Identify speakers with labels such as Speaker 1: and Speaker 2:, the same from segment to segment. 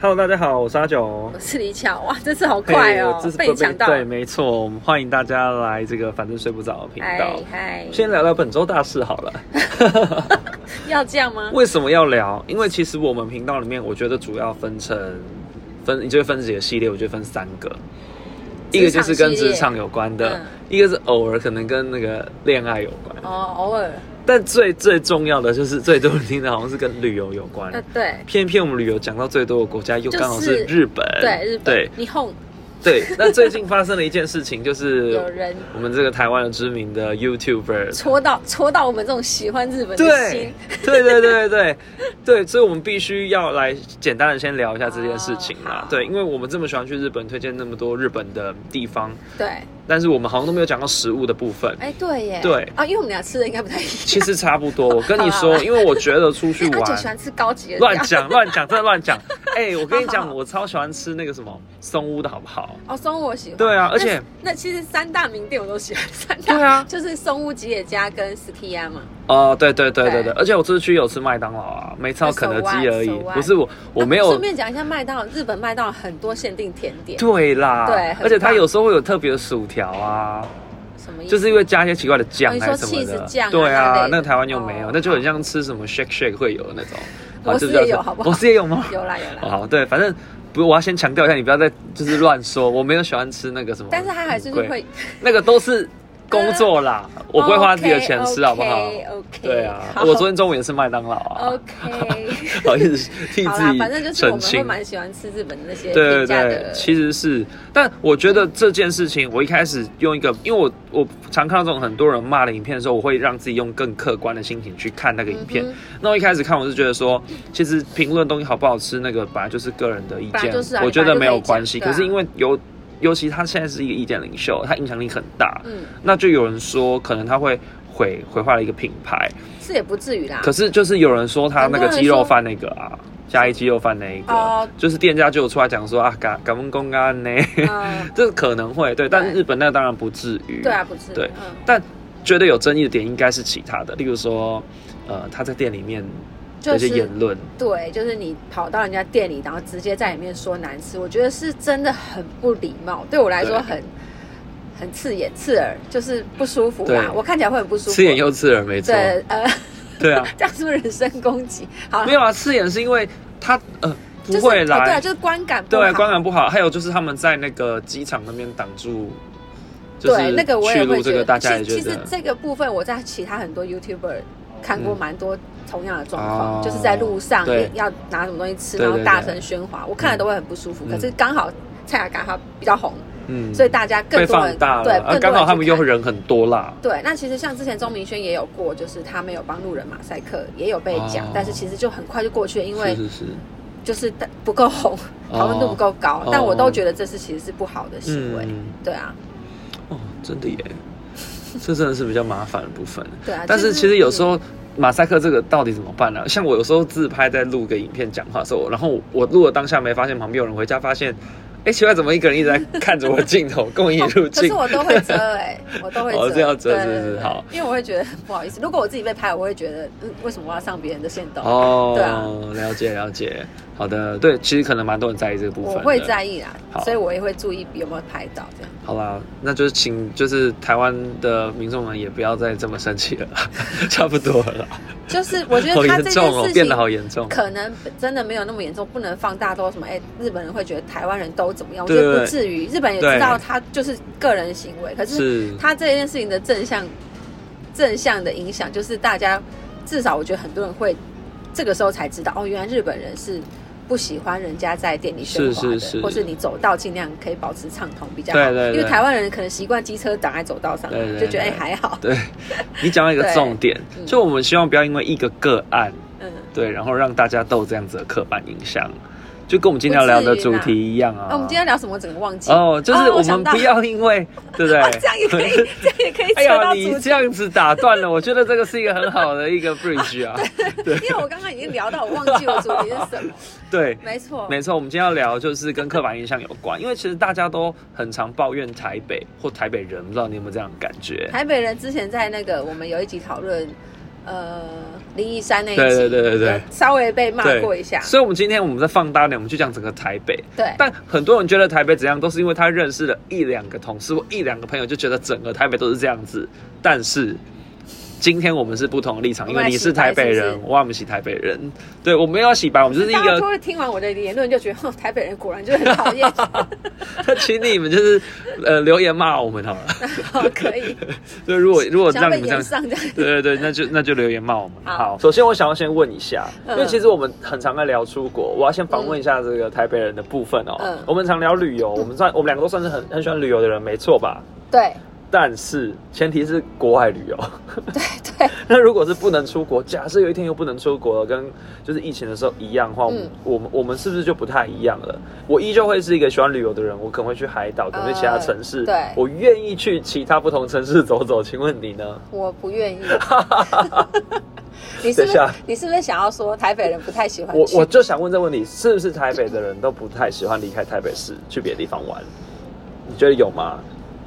Speaker 1: Hello，大家好，我是阿九
Speaker 2: 我。是李巧哇，这次好快哦
Speaker 1: 嘿我这，是
Speaker 2: 被你抢到。
Speaker 1: 对，没错，我们欢迎大家来这个反正睡不着的频
Speaker 2: 嗨
Speaker 1: 道。
Speaker 2: 嗨，
Speaker 1: 先聊聊本周大事好 了。
Speaker 2: 要这样吗？
Speaker 1: 为什么要聊？因为其实我们频道里面，我觉得主要分成分，就是分几个系列，我觉得分三个。一个就是跟职场有关的，
Speaker 2: 嗯
Speaker 1: 一个是偶尔可能跟那个恋爱有关，
Speaker 2: 哦，偶尔，
Speaker 1: 但最最重要的就是最多人听的好像是跟旅游有关。
Speaker 2: 呃，对
Speaker 1: 偏偏我们旅游讲到最多的国家又
Speaker 2: 就是
Speaker 1: 刚好是日本，
Speaker 2: 对，日本，
Speaker 1: 呃对
Speaker 2: 你哄
Speaker 1: 对。那最近发生了一件事情，就是
Speaker 2: 有人
Speaker 1: 我们这个台湾的知名的 YouTuber，
Speaker 2: 戳到戳到我们这种喜欢日本的
Speaker 1: 对
Speaker 2: 心，
Speaker 1: 对对对 对对，所以我们必须要来简单的先聊一下这件事情啦
Speaker 2: 哦。好
Speaker 1: 对，因为我们这么喜欢去日本，推荐那么多日本的地方，
Speaker 2: 对，
Speaker 1: 但是我们好像都没有讲到食物的部分。
Speaker 2: 哎，对耶，
Speaker 1: 对
Speaker 2: 啊，因为我们俩吃的应该不太一样，
Speaker 1: 其实差不多，我跟你
Speaker 2: 好
Speaker 1: 说
Speaker 2: 啦，
Speaker 1: 因为我觉得出去
Speaker 2: 因为阿九
Speaker 1: 玩
Speaker 2: 喜，欢吃高级的，
Speaker 1: 乱讲乱讲，真的乱讲。哎，我跟你
Speaker 2: 好
Speaker 1: 讲，
Speaker 2: 好
Speaker 1: 我超喜欢吃那个什么松屋的好不好？
Speaker 2: 哦，松屋我喜欢，
Speaker 1: 对啊而
Speaker 2: 那
Speaker 1: 且
Speaker 2: 那其实三大名店我都喜欢， 三大
Speaker 1: 对啊
Speaker 2: 就是松屋吉野家跟 s t i a 嘛，
Speaker 1: 哦，对对对对对，
Speaker 2: 对
Speaker 1: 而且我这次去有吃麦当劳啊，没吃到肯德基而已
Speaker 2: 手腕手。腕
Speaker 1: 不是我，我
Speaker 2: 啊
Speaker 1: 没有
Speaker 2: 顺。便讲一下麦当劳，日本麦当劳很多限定甜点，
Speaker 1: 对啦，
Speaker 2: 对很棒
Speaker 1: 而且它有时候会有特别的薯条啊，
Speaker 2: 什么意思？
Speaker 1: 就是因为加一些奇怪的酱
Speaker 2: 哦你
Speaker 1: 还
Speaker 2: 说
Speaker 1: 是什么的
Speaker 2: cheese 酱，啊
Speaker 1: 对
Speaker 2: 那
Speaker 1: 啊，
Speaker 2: 类的
Speaker 1: 那个台湾又没有
Speaker 2: 哦，
Speaker 1: 那就很像吃什么 shake shake 会有的那种，哦
Speaker 2: 摩斯也有好不好
Speaker 1: 我是也有吗？
Speaker 2: 有啦有啦
Speaker 1: 哦。好，对，反正不，我要先强调一下，你不要再就是乱说，我没有喜欢吃那个什么，
Speaker 2: 但是他还是会，
Speaker 1: 那个都是工作 啦，我不会花自
Speaker 2: 啊
Speaker 1: 己的钱吃，好不好？
Speaker 2: OK，
Speaker 1: 对啊，我昨天中午也是麦当劳啊。
Speaker 2: OK，
Speaker 1: 不好意思，替
Speaker 2: 好
Speaker 1: 自
Speaker 2: 啦，
Speaker 1: 己
Speaker 2: 反正就是
Speaker 1: 澄
Speaker 2: 我们会
Speaker 1: 清。
Speaker 2: 蛮喜欢吃日本的那些
Speaker 1: 对对
Speaker 2: 平价
Speaker 1: 对
Speaker 2: 的，，
Speaker 1: 其实是，但我觉得这件事情，我一开始用一个，因为我我常看到这种很多人骂的影片的时候，我会让自己用更客观的心情去看那个影片。
Speaker 2: 嗯哼
Speaker 1: 那我一开始看，我是觉得说，其实评论东西好不好吃，那个本来就是个人的意
Speaker 2: 本
Speaker 1: 见，
Speaker 2: 来就是啊
Speaker 1: 我觉得没有关系。
Speaker 2: 本来
Speaker 1: 可
Speaker 2: 就
Speaker 1: 是
Speaker 2: 可以
Speaker 1: 因为有，尤其他现在是一个意见领袖，他影响力很大，
Speaker 2: 嗯，
Speaker 1: 那就有人说，可能他会毁毁坏了一个品牌。
Speaker 2: 是也不至于啦。
Speaker 1: 可是就是有人说他那个鸡肉饭那个啊，嘉义鸡肉饭那一个，
Speaker 2: 哦
Speaker 1: 就是店家就有出来讲说啊，感感恩公安呢，
Speaker 2: 嗯，
Speaker 1: 这可能会对，但
Speaker 2: 对
Speaker 1: 日本那个当然不至于。
Speaker 2: 对啊，，不至于。
Speaker 1: 对
Speaker 2: 嗯，
Speaker 1: 但觉得有争议的点应该是其他的，例如说，呃，他在店里面的
Speaker 2: 就
Speaker 1: 一些
Speaker 2: 是
Speaker 1: 言论，
Speaker 2: 对，就是你跑到人家店里，然后直接在里面说难吃，我觉得是真的很不礼貌，对我来说
Speaker 1: 对
Speaker 2: 很很刺眼、刺耳，就是不舒服
Speaker 1: 对
Speaker 2: 啦。我看起来会很不舒服。
Speaker 1: 刺眼又刺耳，没错，
Speaker 2: 对，呃，
Speaker 1: 对啊，
Speaker 2: 这样是不是人身攻击？好
Speaker 1: 没，有啊，刺眼是因为他呃
Speaker 2: 就
Speaker 1: 不
Speaker 2: 是
Speaker 1: 会
Speaker 2: 哦对啊，
Speaker 1: 来，
Speaker 2: 就是观感不好。
Speaker 1: 对，观感不好，还有就是他们在那个机场那边挡住。就
Speaker 2: 对
Speaker 1: 是
Speaker 2: 那个我
Speaker 1: 去
Speaker 2: 也
Speaker 1: 录
Speaker 2: 会
Speaker 1: 这
Speaker 2: 觉
Speaker 1: 个，
Speaker 2: 得，
Speaker 1: 大家也
Speaker 2: 其
Speaker 1: 觉
Speaker 2: 实
Speaker 1: 得
Speaker 2: 其实这个部分我在其他很多 YouTuber 看过
Speaker 1: 嗯
Speaker 2: 蛮多同样的状
Speaker 1: 哦
Speaker 2: 况，就是在路上
Speaker 1: 对
Speaker 2: 要要拿什么东西吃，
Speaker 1: 对
Speaker 2: 然后
Speaker 1: 对
Speaker 2: 大
Speaker 1: 对
Speaker 2: 声喧哗，我看了都会很不舒服。
Speaker 1: 嗯
Speaker 2: 可是刚好蔡雅嘎她比较红，
Speaker 1: 嗯
Speaker 2: 所以大家更
Speaker 1: 被
Speaker 2: 多
Speaker 1: 放
Speaker 2: 人
Speaker 1: 大
Speaker 2: 对
Speaker 1: 了，啊
Speaker 2: 更
Speaker 1: 刚好
Speaker 2: 多人
Speaker 1: 他们
Speaker 2: 去
Speaker 1: 又
Speaker 2: 看。
Speaker 1: 人很多啦。
Speaker 2: 对，那其实像之前钟明轩也有过，就是他没有帮路人马赛克，也有被讲，
Speaker 1: 哦
Speaker 2: 但是其实就很快就过去了，因为
Speaker 1: 是是是，
Speaker 2: 就是不够红，讨论度不够高。
Speaker 1: 哦
Speaker 2: 但我都觉得这是其实是不好的行为，
Speaker 1: 嗯，
Speaker 2: 对啊，
Speaker 1: 哦，真的耶， 这真的是比较麻烦的部分。
Speaker 2: 对啊。
Speaker 1: 但
Speaker 2: 就是
Speaker 1: 其实有时候马赛克这个到底怎么办呢、像我有时候自拍在录个影片讲话的时候，然后我我录了当下没发现旁边有人，回家发现，哎，奇怪，怎么一个人一直在看着我的镜头，跟我一 起入
Speaker 2: 哦可
Speaker 1: 镜
Speaker 2: 是？我都会遮哎、 我都会遮。
Speaker 1: 哦这样遮
Speaker 2: 对
Speaker 1: 是不是
Speaker 2: 对对
Speaker 1: 好
Speaker 2: 因为我会觉得不好意思，如果我自己被拍，我会觉得嗯，为什么我要上别人的线动？对啊
Speaker 1: 哦，了解了解，好的，对，其实可能蛮多人在意这个部分
Speaker 2: 我
Speaker 1: 的。
Speaker 2: 会在意啦
Speaker 1: 好，
Speaker 2: 所以我也会注意有没有拍到这样。
Speaker 1: 好啦，那就是请就是台湾的民众们也不要再这么生气了 啦，差不多了啦，
Speaker 2: 就是我觉
Speaker 1: 好
Speaker 2: 得他
Speaker 1: 严
Speaker 2: 这件
Speaker 1: 重哦，
Speaker 2: 事
Speaker 1: 变
Speaker 2: 情
Speaker 1: 得好严重。
Speaker 2: 可能真的没有那么严重，不能放大到什么哎、日本人会觉得台湾人都怎么样，我
Speaker 1: 对
Speaker 2: 觉得
Speaker 1: 对
Speaker 2: 不至于。日本也
Speaker 1: 对
Speaker 2: 知道他就是个人行为，可是
Speaker 1: 是，
Speaker 2: 他这件事情的正向正向的影响，就是大家至少我觉得很多人会这个时候才知道，哦，原来日本人是不喜欢人家在店里喧哗的，
Speaker 1: 是是是
Speaker 2: 或是你走道尽量可以保持畅通比较好。
Speaker 1: 对对对
Speaker 2: 因为台湾人可能习惯机车挡在走道上，
Speaker 1: 对对
Speaker 2: 就觉得哎、
Speaker 1: 对
Speaker 2: 还好，
Speaker 1: 对你讲到一个
Speaker 2: 对
Speaker 1: 重点，
Speaker 2: 嗯
Speaker 1: 就我们希望不要因为一个个案，
Speaker 2: 嗯。
Speaker 1: 对，然后让大家都有这样子的刻板印象，就跟我们今天要聊的主题一样啊。
Speaker 2: 啊，我们今天聊什么？我整个忘记
Speaker 1: 哦，就是
Speaker 2: 哦
Speaker 1: 我
Speaker 2: 我想
Speaker 1: 们
Speaker 2: 到
Speaker 1: 不要因为，对不 对？
Speaker 2: 啊，这样也可 以，这样也可以
Speaker 1: 哎
Speaker 2: 扯
Speaker 1: 呀，
Speaker 2: 到主
Speaker 1: 你
Speaker 2: 题
Speaker 1: 这，样子打断了，我觉得这个是一个很好的一个 bridge 啊。
Speaker 2: 因为我刚刚已经聊到，我忘记我主题是什么。
Speaker 1: 对，
Speaker 2: 没错，
Speaker 1: 没错，我们今天要聊就是跟刻板印象有关，因为其实大家都很常抱怨台北或台北人，不知道你有没有这样的感觉？
Speaker 2: 台北人之前在那个我们有一集讨论呃林一山那一集，
Speaker 1: 对对对对对
Speaker 2: 有稍微被骂过一下，
Speaker 1: 所以，我们今天我们再放大一点，我们去讲整个台北。
Speaker 2: 对
Speaker 1: 但很多人觉得台北怎样，都是因为他认识了一两个同事或一两个朋友，就觉得整个台北都是这样子。但是今天我们是不同的立场，因为你是台北
Speaker 2: 我们来洗白
Speaker 1: 人
Speaker 2: 是，不
Speaker 1: 我们洗台北人，对，我们要洗白，我们就是一
Speaker 2: 大家都
Speaker 1: 个，
Speaker 2: 会听完我的言论就觉得，哼，台北人果然就是很讨 厌，
Speaker 1: 请你们就是呃留言骂我们 好了。
Speaker 2: 好可以，
Speaker 1: 所以如果如果
Speaker 2: 想要
Speaker 1: 让
Speaker 2: 被
Speaker 1: 你们这样，
Speaker 2: 延上这 样。
Speaker 1: 对对对，那就那就留言骂我们。
Speaker 2: 好
Speaker 1: 首先我想要先问一下，因
Speaker 2: 嗯
Speaker 1: 为其实我们很常在聊出国，我要先访问一下这个台北人的部分哦。
Speaker 2: 嗯
Speaker 1: 我们常聊旅游，我们算我们两个都算是很很喜欢旅游的人，没错吧？
Speaker 2: 对
Speaker 1: 但是前提是国外旅游。
Speaker 2: 对对，
Speaker 1: 那如果是不能出国，假设有一天又不能出国了，跟就是疫情的时候一样的话，我们、
Speaker 2: 嗯
Speaker 1: 我们我们是不是就不太一样了？我依旧会是一个喜欢旅游的人，我可能会去海岛，可能会去其他城市，
Speaker 2: 对
Speaker 1: 我愿意去其他不同城市走走。请问你呢？
Speaker 2: 我不 愿意。你
Speaker 1: 等
Speaker 2: 是不
Speaker 1: 一
Speaker 2: 是
Speaker 1: 下
Speaker 2: 你是不是想要说台北人不太喜欢
Speaker 1: 我
Speaker 2: 去？
Speaker 1: 我就想问这个问题，是不是台北的人都不太喜欢离开台北市去别的地方玩？你觉得有吗？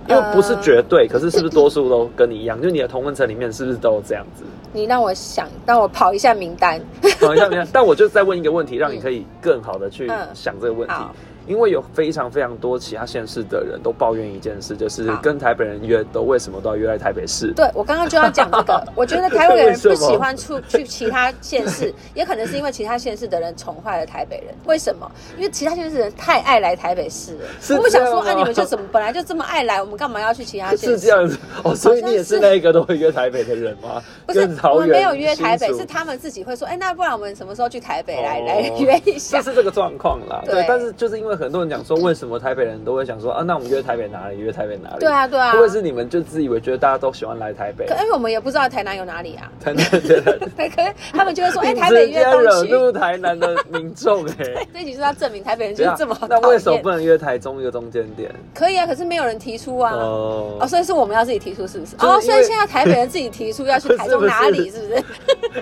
Speaker 1: 因为不是
Speaker 2: 呃
Speaker 1: 绝对，可是是不是多数都跟你一样？就你的同温层里面是不是都这样子？
Speaker 2: 你让我想，让我跑一下名单。
Speaker 1: 好像没有，但我就再问一个问题，让你可以更好的去
Speaker 2: 嗯
Speaker 1: 想这个问题。
Speaker 2: 好
Speaker 1: 因为有非常非常多其他县市的人都抱怨一件事，就是
Speaker 2: 好
Speaker 1: 跟台北人约都为什么都要约在台北市？
Speaker 2: 对，我刚刚就要讲这 个。我觉得台北
Speaker 1: 为
Speaker 2: 人
Speaker 1: 什么
Speaker 2: 不喜欢出去其他 县市，也可能是因为其他县市的人宠坏了台北人。为什么？因为其他县市的人太爱来台北市了。
Speaker 1: 是
Speaker 2: 我想说，
Speaker 1: 这样吗
Speaker 2: 啊，你们就怎么本来就这么爱来，我们干嘛要去其他县
Speaker 1: 是
Speaker 2: 市？
Speaker 1: 这样子哦，所以
Speaker 2: 啊好像
Speaker 1: 你也是
Speaker 2: 是
Speaker 1: 那一个都会约台北的人吗？
Speaker 2: 不是
Speaker 1: 跟，
Speaker 2: 我
Speaker 1: 桃
Speaker 2: 们
Speaker 1: 园
Speaker 2: 没有约台北，
Speaker 1: 新竹
Speaker 2: 是他们自己会说，哎，那不然我们什么时候去台北来、
Speaker 1: 哦
Speaker 2: 来约一下
Speaker 1: 这？是这个状况啦，
Speaker 2: 对
Speaker 1: 对。但是就是因为很多人讲说，为什么台北人都会想说啊，那我们约台北哪里？约台北哪里？
Speaker 2: 对啊，对啊
Speaker 1: 会。不会是你们就自以为觉得大家都喜欢来台北
Speaker 2: 可？因为哎我们也不知道台南有哪里啊，
Speaker 1: 台南的人，
Speaker 2: 对，可是他们就 会说，哎，
Speaker 1: 你
Speaker 2: 台北
Speaker 1: 直接
Speaker 2: 约
Speaker 1: 惹
Speaker 2: 东区。
Speaker 1: 怒台南的民众哎、
Speaker 2: 那你就是要证明台北人就
Speaker 1: 对
Speaker 2: 是
Speaker 1: 啊，
Speaker 2: 这么好
Speaker 1: 那为什
Speaker 2: 讨
Speaker 1: 么
Speaker 2: 厌
Speaker 1: 不能约台中一个中间点？
Speaker 2: 可以啊，可是没有人提出啊。
Speaker 1: 哦
Speaker 2: 哦，所以是我们要自己提出，是不是？
Speaker 1: 是因为
Speaker 2: 哦，所以现在台北人自己提出要 去台中哪里，是不是？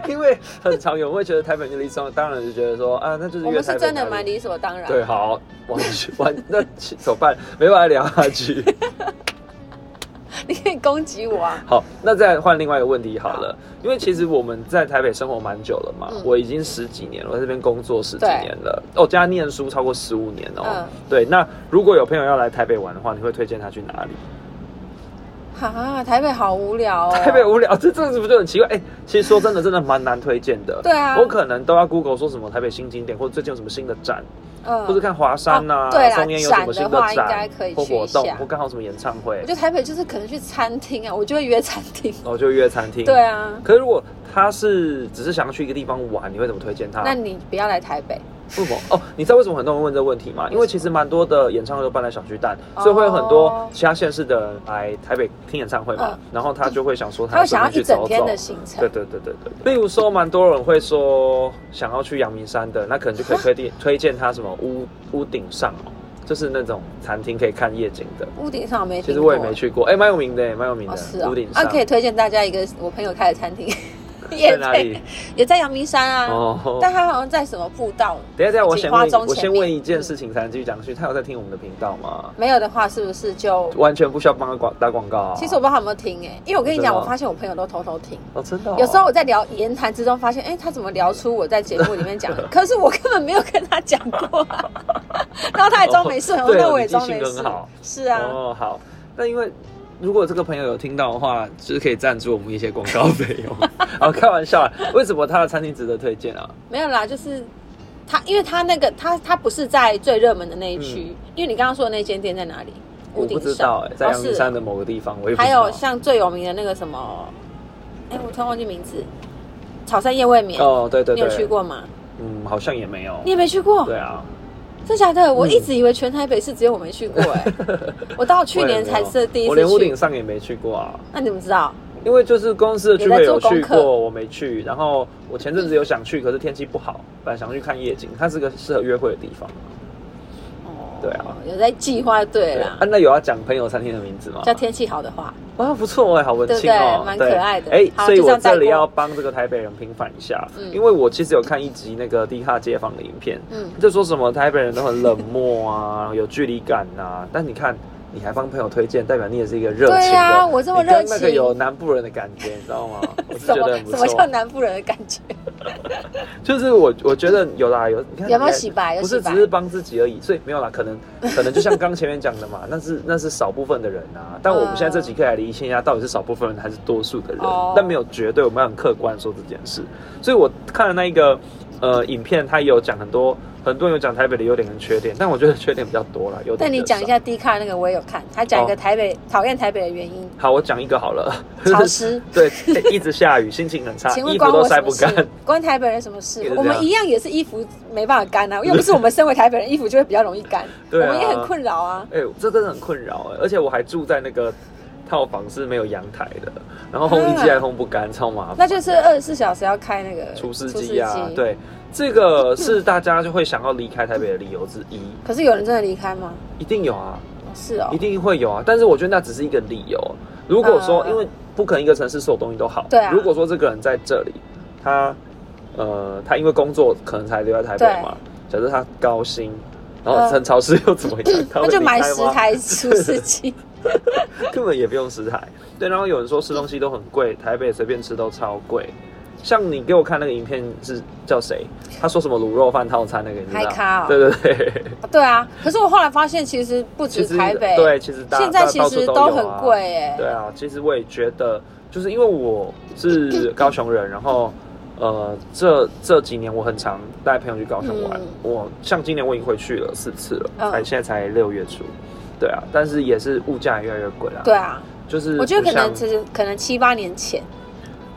Speaker 1: 因为很常有人会觉得台北就离中，当然就觉得说啊，那就是
Speaker 2: 我
Speaker 1: 约
Speaker 2: 们是
Speaker 1: 台北
Speaker 2: 真的
Speaker 1: 哪
Speaker 2: 蛮
Speaker 1: 里
Speaker 2: 理所当然。
Speaker 1: 对，啊好，完全完那怎么办？没办法聊下去。
Speaker 2: 你可以攻击我啊。
Speaker 1: 好，那再换另外一个问题好了，因为其实我们在台北生活蛮久了嘛，
Speaker 2: 嗯
Speaker 1: 我已经十几年了，我在这边工作十几
Speaker 2: 对
Speaker 1: 年了，哦，加念书超过十五年哦。
Speaker 2: 嗯
Speaker 1: 对，那如果有朋友要来台北玩的话，你会推荐他去哪里？
Speaker 2: 啊，台北好无聊哦。
Speaker 1: 台北无聊，这这是不就很奇怪？哎、其实说真的，真的蛮难推荐的。
Speaker 2: 对啊
Speaker 1: 我可能都要 Google 说什么台北新景点，或者最近有什么新的展，
Speaker 2: 嗯
Speaker 1: 或者看华山呐、
Speaker 2: 哦对啦
Speaker 1: 松烟有什么新的
Speaker 2: 展的话应该可以
Speaker 1: 或
Speaker 2: 去一
Speaker 1: 活动
Speaker 2: 下，
Speaker 1: 或刚好什么演唱会
Speaker 2: 我觉，得台北就是可能去餐厅啊，我就会约餐厅。
Speaker 1: 然后就约餐厅。
Speaker 2: 对。啊，
Speaker 1: 可是如果他是只是想要去一个地方玩，你会怎么推荐他？
Speaker 2: 那你不要来台北。
Speaker 1: 为什么？哦，你知道为什么很多人问这个问题吗？因为其实蛮多的演唱会都办在小巨蛋，
Speaker 2: 哦
Speaker 1: 所以会有很多其他县市的人来台北听演唱会嘛
Speaker 2: 嗯，
Speaker 1: 然后他就会想说
Speaker 2: 他
Speaker 1: 顺
Speaker 2: 会想
Speaker 1: 便
Speaker 2: 要
Speaker 1: 去
Speaker 2: 一
Speaker 1: 走
Speaker 2: 整
Speaker 1: 走
Speaker 2: 天的行程
Speaker 1: 对，对对对对。例如说，蛮多人会说想要去阳明山的，那可能就可以推荐推荐他什么屋屋顶上哦，就是那种餐厅可以看夜景的。
Speaker 2: 屋顶上我没
Speaker 1: 其
Speaker 2: 听
Speaker 1: 实
Speaker 2: 过。
Speaker 1: 我也没去过，哎，蛮有名的，蛮有名
Speaker 2: 啊哦，
Speaker 1: 的
Speaker 2: 是啊、
Speaker 1: 屋顶
Speaker 2: 啊，
Speaker 1: 上。
Speaker 2: 可以推荐大家一个我朋友开 的餐厅，也
Speaker 1: 在哪里？
Speaker 2: 也在阳明山啊，
Speaker 1: 哦
Speaker 2: 但他好像在什么步道。
Speaker 1: 等一下，等一下，我先
Speaker 2: 花
Speaker 1: 问一，
Speaker 2: 中
Speaker 1: 我
Speaker 2: 前
Speaker 1: 先
Speaker 2: 面嗯
Speaker 1: 问一件事情才能继续讲下去。他有在听我们的频道吗？
Speaker 2: 没有的话，是不是就？
Speaker 1: 完全不需要帮他广打广告啊。
Speaker 2: 其实我不知道他有没有听哎、因为我跟你
Speaker 1: 真的
Speaker 2: 讲，
Speaker 1: 吗
Speaker 2: 我发现我朋友都偷偷听。
Speaker 1: 哦，真的哦、
Speaker 2: 有时候我在聊言谈之中，发现哎、他怎么聊出我在节目里面讲 的？可是我根本没有跟他讲过、啊，然后他还装没事，
Speaker 1: 哦
Speaker 2: 然后
Speaker 1: 对哦
Speaker 2: 那我也
Speaker 1: 你记
Speaker 2: 装
Speaker 1: 性
Speaker 2: 没
Speaker 1: 很
Speaker 2: 事
Speaker 1: 好。
Speaker 2: 是啊，
Speaker 1: 哦，好，那因为如果这个朋友有听到的话，就是可以赞助我们一些广告费 用。哦，开玩笑啊，为什么他的餐厅值得推荐啊？
Speaker 2: 没有啦，就是他，因为他那个他他不是在最热门的那一区，因为你刚刚说的那间店在哪里？
Speaker 1: 嗯我不
Speaker 2: 屋顶
Speaker 1: 知
Speaker 2: 上
Speaker 1: 道哎、在阳明山
Speaker 2: 哦
Speaker 1: 的某个地方，我也
Speaker 2: 是
Speaker 1: 不知道。
Speaker 2: 还有像最有名的那个什么，哎、我突然忘记名字，草山夜未眠，
Speaker 1: 哦，对对
Speaker 2: 你有
Speaker 1: 对，
Speaker 2: 去？过吗？
Speaker 1: 嗯，好像也没有
Speaker 2: 你。也没去过，
Speaker 1: 对啊，
Speaker 2: 真假
Speaker 1: 嗯
Speaker 2: 的？我一直以为全台北市只有我没去过、 哎，我到去年才是第一
Speaker 1: 我也没有我连屋
Speaker 2: 次去
Speaker 1: 顶。上也没去过啊，
Speaker 2: 那你怎么知道？
Speaker 1: 因为就是公司的聚会有
Speaker 2: 也在做
Speaker 1: 去
Speaker 2: 功课
Speaker 1: 过，我没去。然后我前阵子有想去，可是天气不好，本来想去看夜景，它是个适合约会的地方。
Speaker 2: 哦，
Speaker 1: 对啊，
Speaker 2: 有在计划对啦
Speaker 1: 啊，。那有要讲朋友餐厅的名字吗？
Speaker 2: 叫天气好的话，
Speaker 1: 哇，不错哎，好文青哦，
Speaker 2: 对不对蛮可爱的
Speaker 1: 哎，
Speaker 2: 好
Speaker 1: 所以
Speaker 2: 就这
Speaker 1: 我
Speaker 2: 样带
Speaker 1: 这
Speaker 2: 过
Speaker 1: 里要帮这个台北人平反一下，
Speaker 2: 嗯
Speaker 1: 因为我其实有看一集那个低卡街访 的影片，
Speaker 2: 嗯
Speaker 1: 就说什么台北人都很冷漠啊，有距离感啊，但你看。你还帮朋友推荐，代表你也是一个热情的。
Speaker 2: 对啊我这么热情
Speaker 1: 你跟那个有南部人的感觉，你知道 吗？我是
Speaker 2: 什
Speaker 1: 觉
Speaker 2: 么
Speaker 1: 得很不
Speaker 2: 什么叫
Speaker 1: 错。
Speaker 2: 南部人的感 觉？
Speaker 1: 就是我我觉得有啦，有你看
Speaker 2: 有没有
Speaker 1: 你还
Speaker 2: 洗白有
Speaker 1: 不是
Speaker 2: 洗白
Speaker 1: 只是帮自己而已，所以没有啦，可能可能就像刚前面讲的嘛， 那是那是少部分的人啊。但我们现在这集可以来厘清一下，到底是少部分人还是多数的人
Speaker 2: 嗯哦，
Speaker 1: 但没有绝对，我们要很客观说这件事。所以我看了那一个呃影片，他也有讲很多，很多人有讲台北的优点跟缺点，但我觉得缺点比较多啦。有点
Speaker 2: 但你
Speaker 1: 比较
Speaker 2: 讲一
Speaker 1: 少
Speaker 2: 下 D 卡那个我也有看，他讲一个
Speaker 1: 啊哦
Speaker 2: 台北讨厌台北的原因，
Speaker 1: 好，我讲一个好了，
Speaker 2: 潮湿。
Speaker 1: 对，一直下雨，心情很差，
Speaker 2: 请问
Speaker 1: 衣
Speaker 2: 关
Speaker 1: 服都
Speaker 2: 我
Speaker 1: 晒
Speaker 2: 什么
Speaker 1: 不干
Speaker 2: 事。？关台北人什么事
Speaker 1: 也是？这样
Speaker 2: 我们一样也是衣服没办法干啊，又不是我们身为台北人，衣服就会比较容易干。我
Speaker 1: 对啊
Speaker 2: 们也很困扰啊。
Speaker 1: 哎、这真的很困扰哎、而且我还住在那个套房是没有阳台的，然后烘
Speaker 2: 啊
Speaker 1: 衣机还烘不干，超麻烦。
Speaker 2: 那就是二十四小时要开那个
Speaker 1: 除湿机啊，。对，这个是大家就会想要离开台北的理由之一，
Speaker 2: 可是有人真的离开吗？
Speaker 1: 一定有啊，
Speaker 2: 哦是哦
Speaker 1: 一，定会有啊。但是我觉得那只是一个理由。如果说，
Speaker 2: 嗯
Speaker 1: 因为不可能一个城市所有东西都好，
Speaker 2: 对啊
Speaker 1: 如果说这个人在这里，他呃，他因为工作可能才留在台北嘛，假设他高薪。然后
Speaker 2: 嗯
Speaker 1: 很潮湿又怎么样？他
Speaker 2: 那
Speaker 1: 会
Speaker 2: 就
Speaker 1: 离
Speaker 2: 买
Speaker 1: 开
Speaker 2: 十
Speaker 1: 吗
Speaker 2: 台除湿机。
Speaker 1: 根本也不用食材。对，然后有人说吃东西都很贵，台北随便吃都超贵。像你给我看那个影片是叫谁？他说什么卤肉饭套餐那个，你知道？
Speaker 2: 嗨咖哦
Speaker 1: 对对 对，
Speaker 2: 对啊，可是我后来发现，其实不止
Speaker 1: 其实
Speaker 2: 台北，
Speaker 1: 对，其实大
Speaker 2: 现在其
Speaker 1: 大到处
Speaker 2: 实
Speaker 1: 都有啊
Speaker 2: 很贵哎、
Speaker 1: 对啊，其实我也觉得，就是因为我是高雄人，然后呃，这这几年我很常带朋友去高雄玩。
Speaker 2: 嗯
Speaker 1: 我像今年我已经回去了四次了，
Speaker 2: 嗯
Speaker 1: 才现在才六月初。对啊，但是也是物价也越来越贵啦。
Speaker 2: 对，啊，
Speaker 1: 就是
Speaker 2: 我觉得
Speaker 1: 不
Speaker 2: 可能
Speaker 1: 像
Speaker 2: 其实可能七八年前，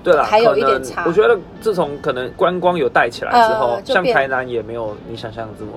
Speaker 1: 对啦，
Speaker 2: 还有
Speaker 1: 可
Speaker 2: 一点
Speaker 1: 能
Speaker 2: 差
Speaker 1: 我觉得自从可能观光有带起来之后，
Speaker 2: 呃就
Speaker 1: 像
Speaker 2: 变
Speaker 1: 台南也没有你想象这么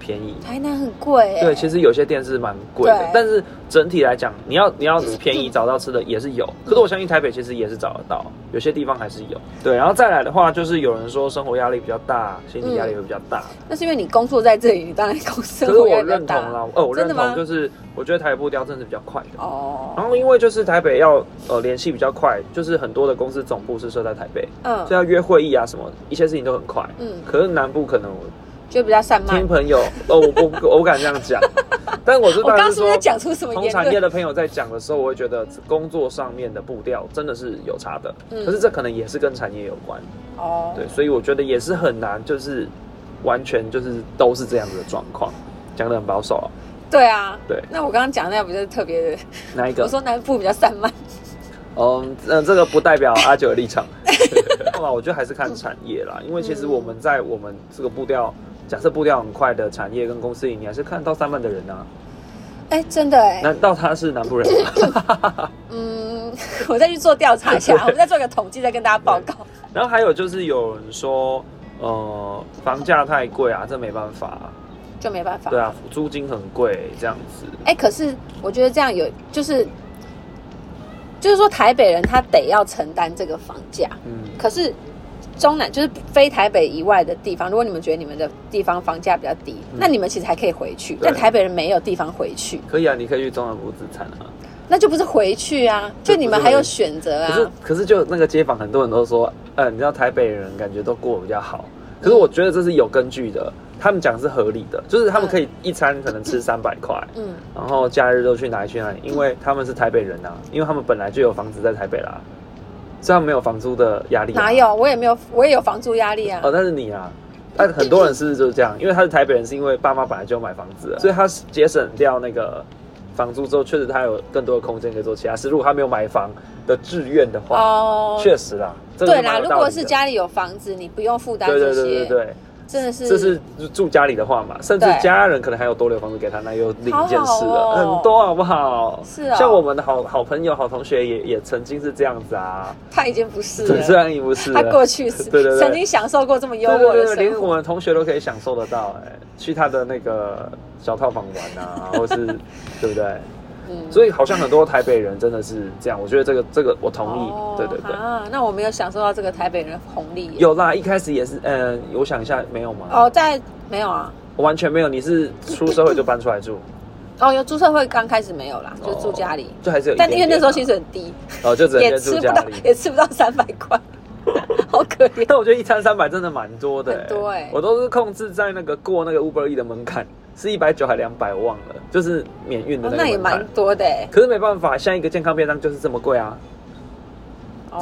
Speaker 1: 便宜。
Speaker 2: 台南很贵、欸，
Speaker 1: 对，其实有些店是蛮贵
Speaker 2: 对嗯
Speaker 1: 的，但是整体来讲，你要你要便宜找到吃的也是有。可是我相信台北其实也是找得到，有些地方还是有。对，然后再来的话，就是有人说生活压力比较大，心理压力会比较大。
Speaker 2: 那是因为你工作在这里，你当然公司
Speaker 1: 可是
Speaker 2: 会
Speaker 1: 我
Speaker 2: 越来越
Speaker 1: 认同
Speaker 2: 大
Speaker 1: 啦，呃，我
Speaker 2: 真
Speaker 1: 认
Speaker 2: 的吗
Speaker 1: 同就是我觉得台北步调真的是比较快的。
Speaker 2: 哦，
Speaker 1: 然后因为就是台北要呃联系比较快，就是很多的公司总部是设在台北，
Speaker 2: 嗯
Speaker 1: 所以要约会议啊什么，一切事情都很快。
Speaker 2: 嗯，
Speaker 1: 可是南部可能我
Speaker 2: 就比较散漫
Speaker 1: 听。朋友，哦，我不我不敢这样讲， 但我是
Speaker 2: 我
Speaker 1: 当然
Speaker 2: 刚刚
Speaker 1: 是
Speaker 2: 是不是
Speaker 1: 说
Speaker 2: 在，讲出什么
Speaker 1: 同
Speaker 2: 言
Speaker 1: 产业
Speaker 2: 论？
Speaker 1: 的朋友在讲的时候，我会觉得工作上面的步调真的是有差的，
Speaker 2: 嗯
Speaker 1: 可是这可能也是跟产业有关，
Speaker 2: 哦，
Speaker 1: 对，所以我觉得也是很难，就是完全就是都是这样子的状况，讲的很保守、啊，
Speaker 2: 对啊，
Speaker 1: 对
Speaker 2: 那我刚刚讲的那不就是特别的？
Speaker 1: 哪一
Speaker 2: 我
Speaker 1: 个？
Speaker 2: 说南部比较散漫，
Speaker 1: 嗯，那这个不代表阿九的立场。 后来我觉得还是看产业啦，因为其实我们在我们这个步调，假设步调很快的产业跟公司里，你还是看到三万的人啊。
Speaker 2: 哎，真的哎，
Speaker 1: 难道他是南部人吗？
Speaker 2: 嗯， 我再去做调查 一下，我们再做个统计，再跟大家报告。
Speaker 1: 然后还有就是有人说，呃，房价太贵啊，这没办法、
Speaker 2: 就没办法。
Speaker 1: 对啊，租金很贵这样子。
Speaker 2: 哎、可是我觉得这样有，就是就是说台北人他得要承担这个房价，
Speaker 1: 嗯，
Speaker 2: 可是中南就是非台北以外的地方，如果你们觉得你们的地方房价比较低，
Speaker 1: 嗯
Speaker 2: 那你们其实还可以回去，
Speaker 1: 对
Speaker 2: 但台北人没有地方回去，
Speaker 1: 可以啊，你可以去中南部资产啊。
Speaker 2: 那就不是回去啊，就你们还有选择
Speaker 1: 可是
Speaker 2: 啊。
Speaker 1: 可是就那个街坊很多人都说，呃，你知道台北人感觉都过得比较好，可是我觉得这是有根据的，他们讲是合理的，就是他们可以一餐可能吃三百块，
Speaker 2: 嗯，
Speaker 1: 然后假日都去哪里去哪里，因为他们是台北人啊，因为他们本来就有房子在台北啦，虽然没有房租的压力、啊，
Speaker 2: 哪？有？我也没有，我也有房租压力啊。
Speaker 1: 哦，那是你啊。但很多人是不是就是这样？因为他是台北人，是因为爸妈本来就有买房子了，所以他节省掉那个房租之后，确实他有更多的空间可以做其他事。如果他没有买房的志愿的话，
Speaker 2: 哦，
Speaker 1: 确实啦，这个
Speaker 2: 对
Speaker 1: 是蛮
Speaker 2: 啦，
Speaker 1: 有
Speaker 2: 如
Speaker 1: 道理
Speaker 2: 果
Speaker 1: 的
Speaker 2: 是家里有房子，你不用负担
Speaker 1: 对对
Speaker 2: 这些，
Speaker 1: 对对对，
Speaker 2: 真的是
Speaker 1: 这是住家里的话嘛，甚至
Speaker 2: 对
Speaker 1: 家人可能还有多留房子给他，那又另一件事了，
Speaker 2: 好好哦
Speaker 1: 很多好不好？
Speaker 2: 是哦
Speaker 1: 像我们的好好朋友、好同学也也曾经是这样子啊，
Speaker 2: 他已经不是
Speaker 1: 对，
Speaker 2: 了。
Speaker 1: 虽然也不是啊
Speaker 2: 他过去是
Speaker 1: 对对对
Speaker 2: 曾经享受过这么优
Speaker 1: 对
Speaker 2: 渥
Speaker 1: 对
Speaker 2: 的
Speaker 1: 对，
Speaker 2: 生
Speaker 1: 连我
Speaker 2: 活，
Speaker 1: 们同学都可以享受得到、哎，去他的那个小套房玩啊， 或是对不对？
Speaker 2: 嗯，
Speaker 1: 所以好像很多台北人真的是这样，我觉得这个这个我同意，
Speaker 2: 哦
Speaker 1: 对对对。
Speaker 2: 啊，那我没有享受到这个台北人的红利耶。
Speaker 1: 有啦，一开始也是，嗯、我想一下，没有吗？
Speaker 2: 哦，在没有啊？
Speaker 1: 我完全没有，你是出社会就搬出来住，
Speaker 2: 哦，有租社会刚开始没有啦，
Speaker 1: 哦
Speaker 2: 就住家里。
Speaker 1: 就还是有一点
Speaker 2: 但因为
Speaker 1: 点啊、
Speaker 2: 那时候薪水很低，
Speaker 1: 哦，就只能
Speaker 2: 也
Speaker 1: 先
Speaker 2: 吃
Speaker 1: 住
Speaker 2: 不
Speaker 1: 家
Speaker 2: 到
Speaker 1: 里，。
Speaker 2: 也吃不到三百 块，好可怜。
Speaker 1: 但我觉得一餐三百真的蛮多的、欸，
Speaker 2: 很多欸
Speaker 1: 我都是控制在那个过那个 Uber E 的门槛，是一百九还两百，我忘了，就是免运的
Speaker 2: 哦
Speaker 1: 那个、
Speaker 2: 那也蛮。多的哎、
Speaker 1: 可是没办法，像一个健康便当就是这么贵啊，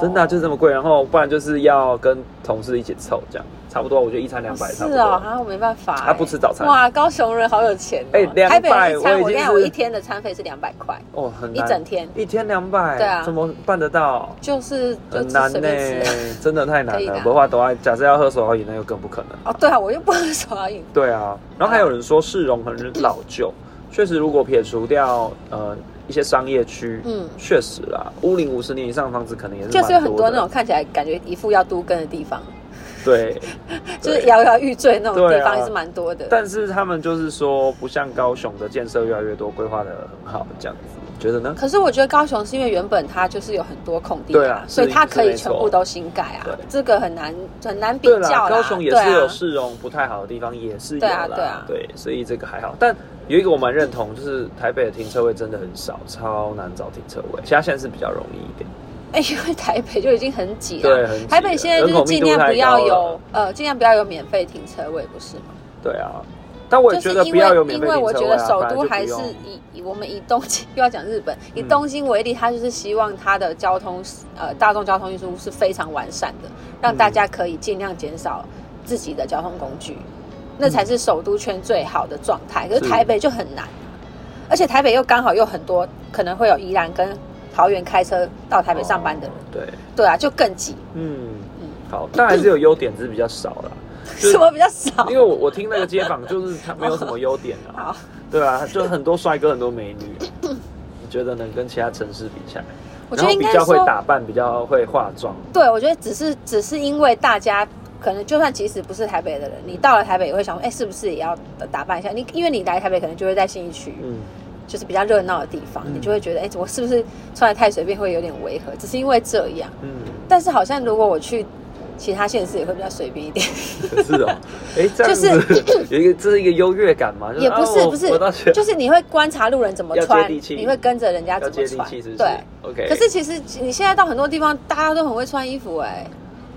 Speaker 1: 真的啊、就是
Speaker 2: 哦
Speaker 1: 这么贵。然后不然就是要跟同事一起凑，这样差不多，我觉得一餐两
Speaker 2: 哦
Speaker 1: 百
Speaker 2: 是
Speaker 1: 差不多。
Speaker 2: 哦，啊，我没办法、欸
Speaker 1: 他不吃早餐
Speaker 2: 哇，高雄人好有钱、哦。
Speaker 1: 哎200
Speaker 2: 台北人一餐，
Speaker 1: 我已经
Speaker 2: 我跟你
Speaker 1: 是
Speaker 2: 讲，我一天的餐费是两百块，
Speaker 1: 哦，很
Speaker 2: 一
Speaker 1: 难
Speaker 2: 整天
Speaker 1: 一天两百，
Speaker 2: 对啊
Speaker 1: 怎么办得到？
Speaker 2: 就是就
Speaker 1: 很
Speaker 2: 吃
Speaker 1: 难
Speaker 2: 随
Speaker 1: 呢、
Speaker 2: 便吃。
Speaker 1: 真的太难
Speaker 2: 可以
Speaker 1: 了。
Speaker 2: 的
Speaker 1: 不话都爱，假设要喝手摇饮，那又更不可能。
Speaker 2: 哦，对啊，我又不能手摇 饮。
Speaker 1: 对啊，然后还有人说市容很老旧，确实，如果撇除掉呃一些商业区，
Speaker 2: 嗯
Speaker 1: 确实啦，屋龄五十年以上的房子可能也是
Speaker 2: 就是有很
Speaker 1: 蛮
Speaker 2: 多
Speaker 1: 多
Speaker 2: 那种看起来感觉一副要都根的地方，
Speaker 1: 对，
Speaker 2: 就是
Speaker 1: 对
Speaker 2: 摇摇欲坠那种
Speaker 1: 对啊
Speaker 2: 地方，也是蛮多的。
Speaker 1: 但是他们就是说，不像高雄的建设越来越多，规划的很好，这样子，觉得呢？
Speaker 2: 可是我觉得高雄是因为原本它就是有很多空地
Speaker 1: 对啊，
Speaker 2: 啊所以它可
Speaker 1: 是
Speaker 2: 以
Speaker 1: 没错
Speaker 2: 全部都新盖啊
Speaker 1: 对，
Speaker 2: 这个很难很难比
Speaker 1: 对啦，
Speaker 2: 较
Speaker 1: 高雄也
Speaker 2: 对
Speaker 1: 是有
Speaker 2: 啊，
Speaker 1: 市容不太好的地方，也是有
Speaker 2: 对啊
Speaker 1: 啦，
Speaker 2: 对啊
Speaker 1: 对所以这个还好。但有一个我蛮认同，就是台北的停车位真的很少，超难找停车位。其他县市比较容易一点，
Speaker 2: 哎，因为台北就已经很挤
Speaker 1: 对
Speaker 2: 了
Speaker 1: 很挤。
Speaker 2: 啊台北现在就
Speaker 1: 人口
Speaker 2: 是
Speaker 1: 密度
Speaker 2: 尽量不要
Speaker 1: 太高了
Speaker 2: 有呃，尽量不要有免费停车位，不是吗？
Speaker 1: 对啊。但我也
Speaker 2: 就
Speaker 1: 觉
Speaker 2: 是
Speaker 1: 得
Speaker 2: 因
Speaker 1: 不要有
Speaker 2: 为
Speaker 1: 免
Speaker 2: 因
Speaker 1: 费
Speaker 2: 为
Speaker 1: 停
Speaker 2: 我
Speaker 1: 车
Speaker 2: 觉
Speaker 1: 位
Speaker 2: 得
Speaker 1: 啊，
Speaker 2: 首
Speaker 1: 本来
Speaker 2: 都
Speaker 1: 就不
Speaker 2: 还是
Speaker 1: 用
Speaker 2: 以以我们以东京 又要讲日本，以
Speaker 1: 嗯
Speaker 2: 东京为例，它就是希望它的交通呃大众交通运输是非常完善的，让
Speaker 1: 嗯
Speaker 2: 大家可以尽量减少自己的交通工具，那才是首都圈最好的状态。可是
Speaker 1: 嗯是
Speaker 2: 台北就很难，而且台北又刚好有很多可能会有宜兰跟桃园开车到台北上班的人，
Speaker 1: 哦对，
Speaker 2: 对啊，就更挤，
Speaker 1: 嗯
Speaker 2: 嗯，
Speaker 1: 好，但还是有优点，只是比较少啦。就是
Speaker 2: 什么比较少
Speaker 1: 因。为我我听那个街访，就是他没有什么优点 啊，
Speaker 2: 好，
Speaker 1: 对啊，就很多帅哥，很多美女。啊你觉得能跟其他城市比起来，
Speaker 2: 我觉
Speaker 1: 然
Speaker 2: 得
Speaker 1: 后
Speaker 2: 应
Speaker 1: 比
Speaker 2: 该
Speaker 1: 较会
Speaker 2: 说。
Speaker 1: 打扮，比较会化妆，
Speaker 2: 对，我觉得只是只是因为大家可能就算即使不是台北的人，你到了台北也会想说，哎，是不是也要打扮一下？你因为你来台北可能就会在信义区，
Speaker 1: 嗯。
Speaker 2: 就是比较热闹的地方，
Speaker 1: 嗯
Speaker 2: 你就会觉得，哎，我是不是穿的太随便会有点违和？只是因为这样，
Speaker 1: 嗯，
Speaker 2: 但是好像如果我去其他县市也会比较随便一点，
Speaker 1: 可是哦， 哎，这样子、有一个这是一个优越感嘛？就
Speaker 2: 也不是
Speaker 1: 啊、我
Speaker 2: 不
Speaker 1: 我到
Speaker 2: 是，
Speaker 1: 学
Speaker 2: 就是你会观察路人怎么
Speaker 1: 要接
Speaker 2: 穿，
Speaker 1: 地气
Speaker 2: 你会跟着人
Speaker 1: 要
Speaker 2: 家怎
Speaker 1: 接
Speaker 2: 么
Speaker 1: 地
Speaker 2: 穿
Speaker 1: 气，是，不是？
Speaker 2: 对。
Speaker 1: ，OK。
Speaker 2: 可是其实你现在到很多地方，大家都很会穿衣服、哎，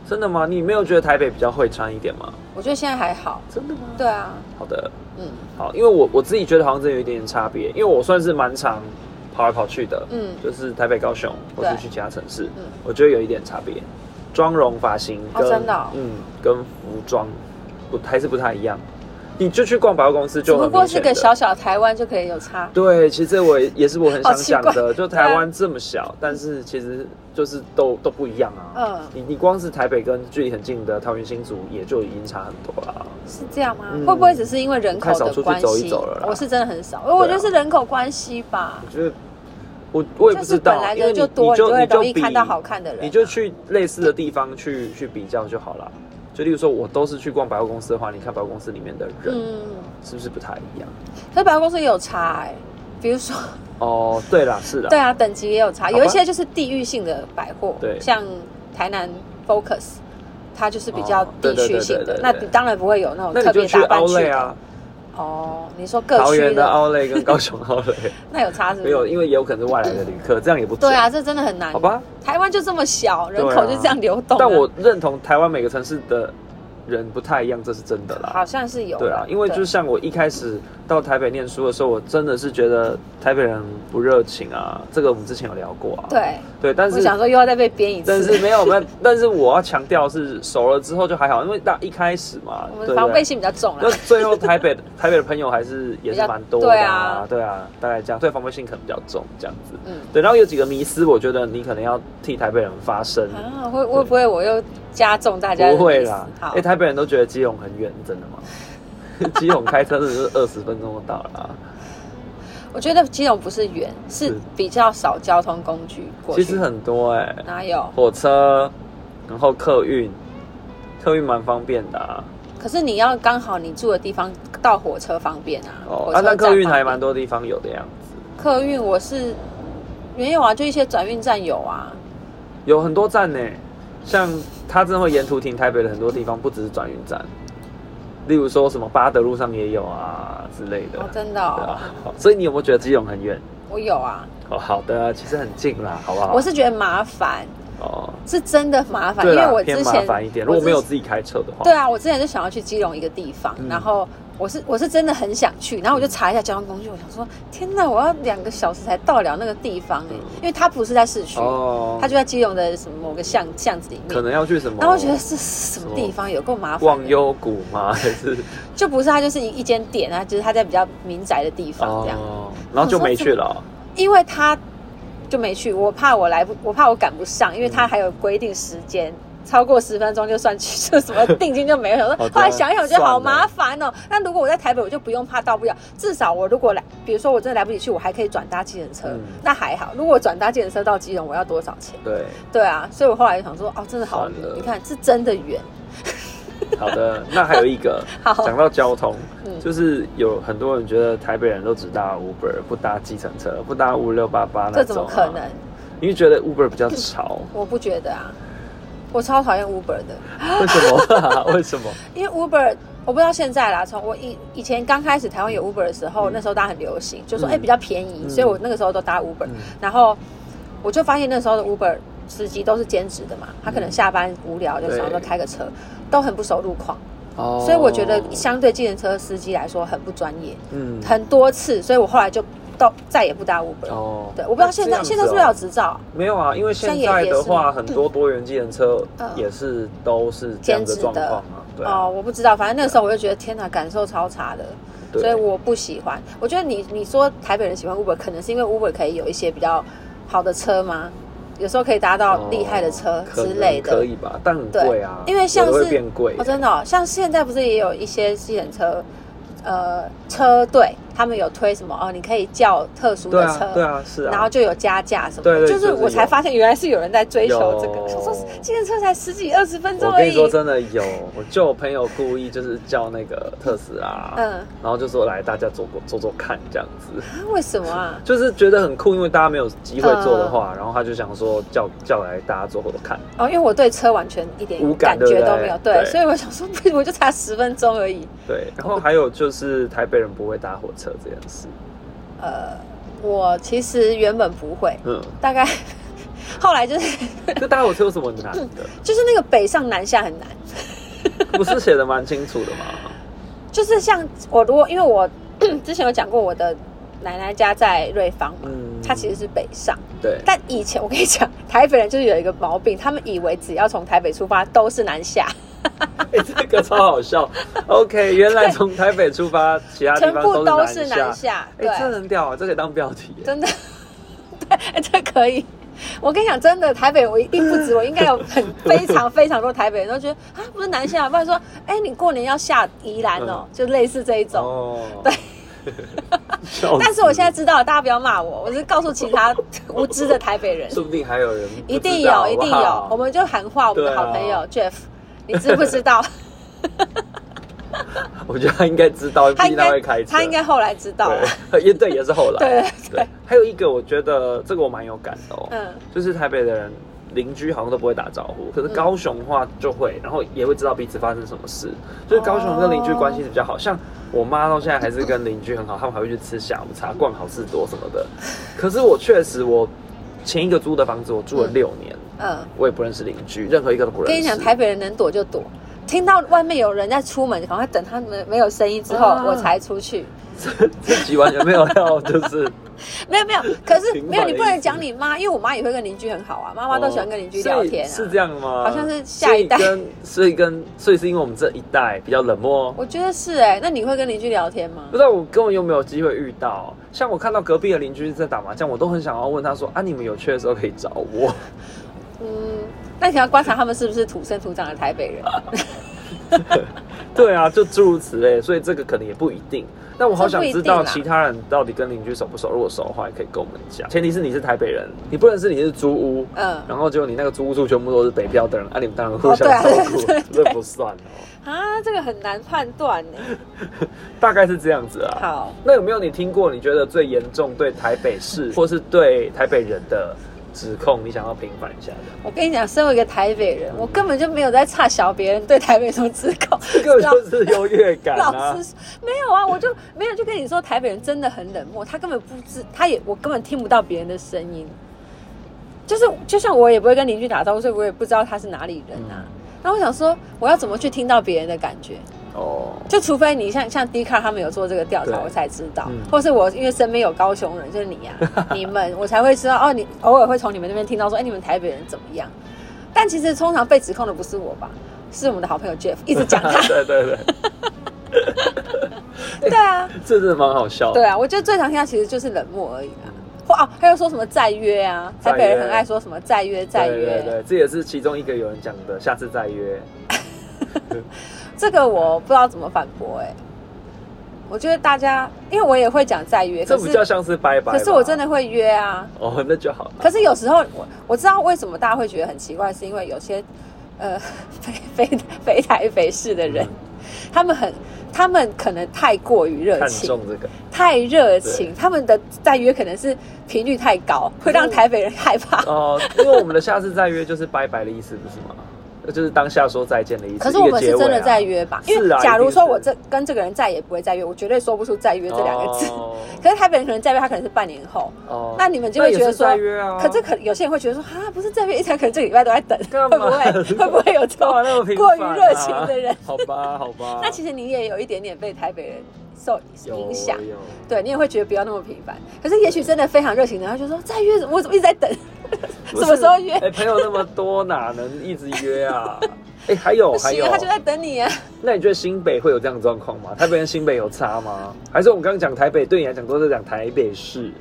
Speaker 1: 真的吗？你没有觉得台北比较会穿一点吗？
Speaker 2: 我觉得现在还好，
Speaker 1: 真的吗？
Speaker 2: 对啊，
Speaker 1: 好的，
Speaker 2: 嗯
Speaker 1: 好，因为我我自己觉得好像真的有一点点差别，因为我算是蛮常跑来跑去的，
Speaker 2: 嗯。
Speaker 1: 就是台北、高雄，或是
Speaker 2: 对
Speaker 1: 去其他城市，
Speaker 2: 嗯
Speaker 1: 我觉得有一点差别，妆容、发型
Speaker 2: 哦
Speaker 1: 跟、
Speaker 2: 真的哦
Speaker 1: 嗯，跟服装不还是不太一样。你就去逛百货公司
Speaker 2: 只
Speaker 1: 就很
Speaker 2: 不
Speaker 1: 明
Speaker 2: 过是
Speaker 1: 显
Speaker 2: 个
Speaker 1: 的
Speaker 2: 小小台湾就可以有差。
Speaker 1: 对，其实我也也是我很想讲
Speaker 2: 哦好奇
Speaker 1: 的，就台湾这么小，但是其实就是都都不一样啊。
Speaker 2: 嗯，
Speaker 1: 你你光是台北跟距离很近的桃园新竹，也就已经差很多了。啊
Speaker 2: 是这样吗？
Speaker 1: 嗯
Speaker 2: 会不会只是因为人口
Speaker 1: 太少
Speaker 2: 的
Speaker 1: 出去
Speaker 2: 关系？
Speaker 1: 走一走了啦
Speaker 2: 我是真的很少，我觉得是人口关系吧。
Speaker 1: 我觉得我我也
Speaker 2: 就
Speaker 1: 不
Speaker 2: 是
Speaker 1: 知
Speaker 2: 本
Speaker 1: 道，
Speaker 2: 来
Speaker 1: 因为
Speaker 2: 人
Speaker 1: 你
Speaker 2: 就多，
Speaker 1: 你就
Speaker 2: 会
Speaker 1: 你就
Speaker 2: 容易
Speaker 1: 比
Speaker 2: 看到好看的人啊、
Speaker 1: 你就去类似的地方去去比较就好了。就例如说，我都是去逛百货公司的话，你看百货公司里面的人、
Speaker 2: 嗯，
Speaker 1: 是不是不太一样？
Speaker 2: 可是百货公司也有差哎、比 如说，
Speaker 1: 哦，对啦，是的，
Speaker 2: 对啊，等级也有差，
Speaker 1: 好吧
Speaker 2: 有一些就是地域性的百货，
Speaker 1: 对
Speaker 2: 像台南 Focus，它就是比较
Speaker 1: 哦对
Speaker 2: 地
Speaker 1: 对
Speaker 2: 区
Speaker 1: 对
Speaker 2: 性
Speaker 1: 对
Speaker 2: 的，
Speaker 1: 对
Speaker 2: 那
Speaker 1: 对
Speaker 2: 你当然不会有那种
Speaker 1: 那
Speaker 2: 特
Speaker 1: 你就
Speaker 2: 别
Speaker 1: 去
Speaker 2: 打扮
Speaker 1: o
Speaker 2: 去
Speaker 1: l a
Speaker 2: 的。
Speaker 1: 啊，
Speaker 2: 哦，你说各
Speaker 1: 桃
Speaker 2: 区
Speaker 1: 园的
Speaker 2: 的，
Speaker 1: o l a 跟高雄 o l a
Speaker 2: 那有差是不
Speaker 1: 没有，
Speaker 2: 是？
Speaker 1: 因为也有可能是外来的旅客，这样也不准
Speaker 2: 对啊，，这真的很难。
Speaker 1: 好吧。
Speaker 2: 台湾就这么小，人
Speaker 1: 啊
Speaker 2: 口就这样流动啊、
Speaker 1: 但我认同台湾每个城市的人不太一样，这是真的啦。
Speaker 2: 好像是有啦，
Speaker 1: 对啊，因为就是像我一开始到台北念书的时候，我真的是觉得台北人不热情啊，这个我们之前有聊过啊。
Speaker 2: 对，
Speaker 1: 对，但
Speaker 2: 我
Speaker 1: 是
Speaker 2: 想说又要再被编一次，
Speaker 1: 但是没有没有，但是我要强调是熟了之后就还好，因为大一开始嘛，
Speaker 2: 我
Speaker 1: 对啊不
Speaker 2: 们防备
Speaker 1: 对？
Speaker 2: 心比较重
Speaker 1: 那
Speaker 2: 啦。
Speaker 1: 最后台北台北的朋友还是也
Speaker 2: 比
Speaker 1: 是
Speaker 2: 较
Speaker 1: 蛮多的、
Speaker 2: 对啊
Speaker 1: 对啊，大概这样，对防备性可能比较重这样子。
Speaker 2: 嗯
Speaker 1: 对，然后有几个迷思，我觉得你可能要替台北人发声。
Speaker 2: 啊，会会不会我又加重大家的意
Speaker 1: 不
Speaker 2: 思？
Speaker 1: 会啦，
Speaker 2: 好
Speaker 1: 哎、，台北人都觉得基隆很远，真的吗？ 基隆开车真的是二十分钟就到了啊。
Speaker 2: 我觉得基隆不是远，是
Speaker 1: 是
Speaker 2: 比较少交通工具过
Speaker 1: 其
Speaker 2: 去。
Speaker 1: 实很多哎、
Speaker 2: 哪有？
Speaker 1: 火车，然后客运，客运蛮方便的啊。
Speaker 2: 可是你要刚好你住的地方到火车方便啊。
Speaker 1: 哦，
Speaker 2: 火
Speaker 1: 啊，
Speaker 2: 车
Speaker 1: 那
Speaker 2: 站
Speaker 1: 客运
Speaker 2: 方便
Speaker 1: 还蛮。多地方有的样子，
Speaker 2: 客运我是没有啊，就一些转运站有啊。
Speaker 1: 有很多站呢、像它真的会沿途停台北的很多地方，不只是转运站，例如说什么八德路上也有啊之类的。
Speaker 2: 哦，真的哦、
Speaker 1: 对啊，好所以你有没有觉得基隆很远？
Speaker 2: 我有啊。
Speaker 1: 哦，好的，其实很近啦，好不好？
Speaker 2: 我是觉得麻烦，
Speaker 1: 哦，
Speaker 2: 是真的麻烦，因
Speaker 1: 对
Speaker 2: 为
Speaker 1: 啦
Speaker 2: 我
Speaker 1: 偏
Speaker 2: 之
Speaker 1: 麻
Speaker 2: 前
Speaker 1: 烦一点。如果
Speaker 2: 我之
Speaker 1: 没有自己开车的话，
Speaker 2: 对啊，我之前就想要去基隆一个地方，
Speaker 1: 嗯
Speaker 2: 然后我是我是真的很想去，然后我就查一下交通工具，我想说，天哪，我要两个小时才到了那个地方、欸
Speaker 1: 嗯
Speaker 2: 因为它不是在市区，
Speaker 1: 哦
Speaker 2: 它，就在基隆的什么某个巷巷子里
Speaker 1: 可
Speaker 2: 面。
Speaker 1: 能要去什么？
Speaker 2: 然后我觉得这是什么地方，有够麻烦
Speaker 1: 忘
Speaker 2: 的。
Speaker 1: 忧谷吗？还 是
Speaker 2: 就不是它，就是一一间店啊，就是它在比较民宅的地方这样，
Speaker 1: 哦，然后就没去 了哦。
Speaker 2: 因为它就没去，我怕我来不，我怕我赶不上，因为它还有规定时间。超过十分钟就算去，就什么定金就没有。想
Speaker 1: 好
Speaker 2: 说
Speaker 1: 的
Speaker 2: 后来想一想，我觉得
Speaker 1: 哦啊
Speaker 2: 好
Speaker 1: 算了
Speaker 2: 麻烦哦。那如果我在台北，我就不用怕到不了。至少我如果来，比如说我真的来不及去，我还可以转搭计程车
Speaker 1: 嗯，
Speaker 2: 那还好。如果我转搭计程车到基隆，我要多少钱？
Speaker 1: 对，
Speaker 2: 对啊，所以我后来就想说，哦，真的好远
Speaker 1: 算了。
Speaker 2: 你看，是真的远。
Speaker 1: 好的。那还有一个
Speaker 2: 好，
Speaker 1: 讲到交通，
Speaker 2: 嗯
Speaker 1: 就是有很多人觉得台北人都只搭 Uber，不搭计程车，不搭五六八八那
Speaker 2: 这怎么
Speaker 1: 种、啊。
Speaker 2: 可能？？
Speaker 1: 因为觉得 Uber 比较 吵，
Speaker 2: 我不觉得啊，我超讨厌 Uber 的。
Speaker 1: 为什么？ 为什么？
Speaker 2: 因为 Uber 我不知道现在啦，从我以以前刚开始台湾有 Uber 的时候，
Speaker 1: 嗯
Speaker 2: 那时候大家很流行，就说
Speaker 1: 嗯
Speaker 2: 哎、比较便宜，
Speaker 1: 嗯
Speaker 2: 所以我那个时候都搭 Uber，、
Speaker 1: 嗯
Speaker 2: 然后我就发现那时候的 Uber 司机都是兼职的嘛，他可能下班无聊就想说
Speaker 1: 嗯对
Speaker 2: 开个车，都很不熟路况，
Speaker 1: 哦
Speaker 2: 所以我觉得相对计程车司机来说很不专业，
Speaker 1: 嗯
Speaker 2: 很多次，所以我后来就都再也不搭 Uber。
Speaker 1: 哦
Speaker 2: 对，我不知道现在、
Speaker 1: 那这样子哦
Speaker 2: 现在是不是要有执照？
Speaker 1: 没有啊，因为现
Speaker 2: 像
Speaker 1: 在
Speaker 2: 也也
Speaker 1: 的
Speaker 2: 是吗
Speaker 1: 话，很多多元计程车
Speaker 2: 嗯
Speaker 1: 也是都是这样的
Speaker 2: 兼职的
Speaker 1: 状况啊，对啊
Speaker 2: 哦，我不知道，反正那个时候我就觉得天哪，感受超差的。
Speaker 1: 对
Speaker 2: 所以我不喜欢。我觉得你你说台北人喜欢 Uber，可能是因为 Uber 可以有一些比较好的车吗？有时候可以搭到厉害的车
Speaker 1: 哦可
Speaker 2: 之
Speaker 1: 能
Speaker 2: 类的。
Speaker 1: 可以吧？但很贵啊，
Speaker 2: 因为像
Speaker 1: 有的
Speaker 2: 是
Speaker 1: 会变贵
Speaker 2: 哦，真的、哦，像现在不是也有一些计程车，呃，车队他们有推什么哦，你可以叫特殊
Speaker 1: 对
Speaker 2: 的
Speaker 1: 啊
Speaker 2: 车，，
Speaker 1: 对啊，是啊，
Speaker 2: 然后就有加价什么
Speaker 1: 对
Speaker 2: 的，
Speaker 1: 对
Speaker 2: 就是
Speaker 1: 就是
Speaker 2: 我才
Speaker 1: 有
Speaker 2: 发现原来是有人在追求这
Speaker 1: 有
Speaker 2: 个，想说计程车才十几二十分钟
Speaker 1: 我
Speaker 2: 而
Speaker 1: 跟你
Speaker 2: 已，
Speaker 1: 说真的有，我就有朋友故意就是叫那个特斯拉，
Speaker 2: 嗯，
Speaker 1: 然后就说来大家坐过坐坐看这样子，
Speaker 2: 啊为什么啊？
Speaker 1: 就是觉得很酷，因为大家没有机会坐的
Speaker 2: 嗯
Speaker 1: 话，然后他就想说叫叫来大家坐坐看，
Speaker 2: 哦，因为我对车完全一点
Speaker 1: 无感
Speaker 2: 感觉
Speaker 1: 对不对
Speaker 2: 都没有，对，
Speaker 1: 对
Speaker 2: 所以我想说， 不我就差十分钟而已。
Speaker 1: 对，然后还有就是台北人不会搭火车这件事，
Speaker 2: 呃，我其实原本不会，
Speaker 1: 嗯，
Speaker 2: 大概后来就是
Speaker 1: 这搭火车有什么难的？
Speaker 2: 就是那个北上南下很难，
Speaker 1: 不是写的蛮清楚的吗？
Speaker 2: 就是像我如果因为我 之前有讲过我的奶奶家在瑞芳嘛，
Speaker 1: 嗯
Speaker 2: 她其实是北上，
Speaker 1: 对，
Speaker 2: 但以前我 跟你讲，台北人就是有一个毛病，他们以为只要从台北出发都是南下，
Speaker 1: 哎、这个超好笑。OK，原来从台北出发，其他地
Speaker 2: 全
Speaker 1: 方
Speaker 2: 部都
Speaker 1: 都
Speaker 2: 是
Speaker 1: 是
Speaker 2: 南
Speaker 1: 南下。
Speaker 2: 下，
Speaker 1: 哎、这很屌啊，这可以当标题耶。
Speaker 2: 真的， 对，哎这可以。我跟你讲，真的，台北我一定不止，我应该有很 非常非常多台北人都觉得啊，不是南下，不然说，哎、你过年要下宜兰
Speaker 1: 嗯
Speaker 2: 哦，就类似这一种。
Speaker 1: 哦，对。笑死
Speaker 2: 但是我现在知道了，大家不要骂我，我是告诉其他无知的 台北人，
Speaker 1: 说不定还有人不
Speaker 2: 一定
Speaker 1: 知道
Speaker 2: 有，一定有，我。
Speaker 1: 好不好
Speaker 2: 们就喊话我们的好朋友、
Speaker 1: 对啊
Speaker 2: Jeff，你知不知道？
Speaker 1: 我觉得他应该知道，
Speaker 2: 他
Speaker 1: 毕竟
Speaker 2: 应
Speaker 1: 他
Speaker 2: 该
Speaker 1: 会开车。
Speaker 2: 他应该后来知道了，
Speaker 1: 对， 也对，也是后来。
Speaker 2: 对对
Speaker 1: 对，还有一个，我觉得这个我蛮有感的哦，
Speaker 2: 嗯
Speaker 1: 就是台北的人邻居好像都不会打招呼，可是
Speaker 2: 嗯
Speaker 1: 高雄的话就会，然后也会知道彼此发生什么事，就是高雄跟邻居关系是比较好，像我妈到现在还是跟邻居很好，他们还会去吃下午茶、逛好事多什么的。可是我确实，我前一个租的房子我住了六年，
Speaker 2: 嗯。
Speaker 1: 我也不认识邻居，任何一个都不认识。
Speaker 2: 跟你讲，台北人能躲就躲，听到外面有人在出门，赶快等他们没有声音之后，
Speaker 1: 啊
Speaker 2: 我才出去。
Speaker 1: 自己完全没有料，就是
Speaker 2: 没有没有，可是
Speaker 1: 平凡的
Speaker 2: 没有你不
Speaker 1: 意
Speaker 2: 能
Speaker 1: 思
Speaker 2: 讲你妈，因为我妈也会跟邻居很好啊， 妈妈都喜欢跟邻居聊天、啊
Speaker 1: 哦所以是这样吗？
Speaker 2: 好像是下一代
Speaker 1: 所以跟所以跟所以是因为我们这一代比较冷漠。
Speaker 2: 我觉得是哎、那你会跟邻居聊天吗
Speaker 1: 不？知道我根本有没有机会遇到，像我看到隔壁的邻居在打麻将，我都很想要问他说：“啊，你们有缺的时候可以找我。
Speaker 2: 嗯，那你要观察他们是不是土生土长的台北 人。”
Speaker 1: 对啊，就诸如此类，所以这个可能也不一定。但我好想知
Speaker 2: 这不
Speaker 1: 道
Speaker 2: 一定啦啊
Speaker 1: 其他人到底跟邻居熟不熟，如果熟的话，也可以跟我们讲。前提是你是台北人，你不能是你是租屋，
Speaker 2: 嗯
Speaker 1: 然后结果你那个租屋处全部都是北漂的人，啊，你们当然互
Speaker 2: 哦对啊
Speaker 1: 相照顾
Speaker 2: 对
Speaker 1: 这
Speaker 2: 对，
Speaker 1: 不算哦。
Speaker 2: 啊，这个很难判断呢、
Speaker 1: 大概是这样子啊。
Speaker 2: 好，
Speaker 1: 那有没有你听过你觉得最严重对台北市
Speaker 2: 嗯
Speaker 1: 或是对台北人的指控？你想要平反一下的？
Speaker 2: 我跟你讲，身为一个台北人，我根本就没有在差小别人对台北有什么指控。
Speaker 1: 这个就是优越感
Speaker 2: 老
Speaker 1: 啊
Speaker 2: 师。没有啊，我就没有就跟你说，台北人真的很冷漠，他根本不知，他也我根本听不到别人的声音。就是就像我也不会跟邻居打招呼，所以我也不知道他是哪里人
Speaker 1: 嗯
Speaker 2: 啊。那、我想说，我要怎么去听到别人的感觉？
Speaker 1: 哦，
Speaker 2: 就除非你像像 d 卡他们有做这个调查，
Speaker 1: 对
Speaker 2: 我才知道，
Speaker 1: 嗯
Speaker 2: 或是我因为身边有高雄人，就是你呀、 你们，我才会知道哦。你偶尔会从你们那边听到说，哎、你们台北人怎么样？但其实通常被指控的不是我吧，是我们的好朋友 Jeff 一直 讲他。
Speaker 1: 对对对，
Speaker 2: 对啊，
Speaker 1: 这真的蛮好笑的。
Speaker 2: 对啊，我觉得最常听到其实就是冷漠而已啊。或哦，还有说什么再约啊，
Speaker 1: 再
Speaker 2: 台
Speaker 1: 约
Speaker 2: 北人很爱说什么再约再约。
Speaker 1: 对对对，这也是其中一个有人讲的，下次再约。
Speaker 2: 这个我不知道怎么反驳哎、我觉得大家，因为我也会讲再约，
Speaker 1: 这
Speaker 2: 可
Speaker 1: 比较
Speaker 2: 是
Speaker 1: 像是拜拜吧。
Speaker 2: 可是我真的会约啊。
Speaker 1: 哦， 那就好了。
Speaker 2: 可是有时候我我知道为什么大家会觉得很奇怪，是因为有些呃非非非台北市的
Speaker 1: 嗯
Speaker 2: 人，他们很他们可能太过于热
Speaker 1: 看
Speaker 2: 情，
Speaker 1: 中这个，
Speaker 2: 太热情，他们的再约可能是频率太高，会让台北人害怕。
Speaker 1: 哦，因为我们的下次再约就是拜拜的意思，不是吗？ 就是当下说再见的意思。
Speaker 2: 可是我们
Speaker 1: 一
Speaker 2: 是
Speaker 1: 个结尾啊
Speaker 2: 真的在约吧？因为
Speaker 1: 是啊
Speaker 2: 假如说
Speaker 1: 一定是
Speaker 2: 我这跟这个人再也不会再约，我绝对说不出再约这两个字。
Speaker 1: 哦
Speaker 2: 可是台北人可能再约，他可能是半年后，
Speaker 1: 哦
Speaker 2: 那你们就会觉得说
Speaker 1: 那也是再约啊
Speaker 2: 可这可有些人会觉得说啊，不是再约一场，可能这个礼拜都在等，
Speaker 1: 干
Speaker 2: 会
Speaker 1: 嘛
Speaker 2: 不会会不会有这
Speaker 1: 干
Speaker 2: 种
Speaker 1: 嘛 那么频繁
Speaker 2: 过
Speaker 1: 啊
Speaker 2: 于热情的人？。
Speaker 1: 好吧，好吧
Speaker 2: 那其实你也有一点点被台北人受
Speaker 1: 有
Speaker 2: 影响，
Speaker 1: 有
Speaker 2: 对你也会觉得不要那么频繁。可是也许真的非常热情的，他就说再约，我怎么一直在等？
Speaker 1: 哦不
Speaker 2: 什
Speaker 1: 是
Speaker 2: 么时候约？
Speaker 1: 哎，朋友那么多，哪能一直约啊？哎，还有
Speaker 2: 不
Speaker 1: 还
Speaker 2: 行
Speaker 1: 有
Speaker 2: 啊，，他就在等你啊。
Speaker 1: 那你觉得新北会有这样的状况吗？台北跟新北有差吗？还是我们刚刚讲台北，对你来讲都是讲台北市？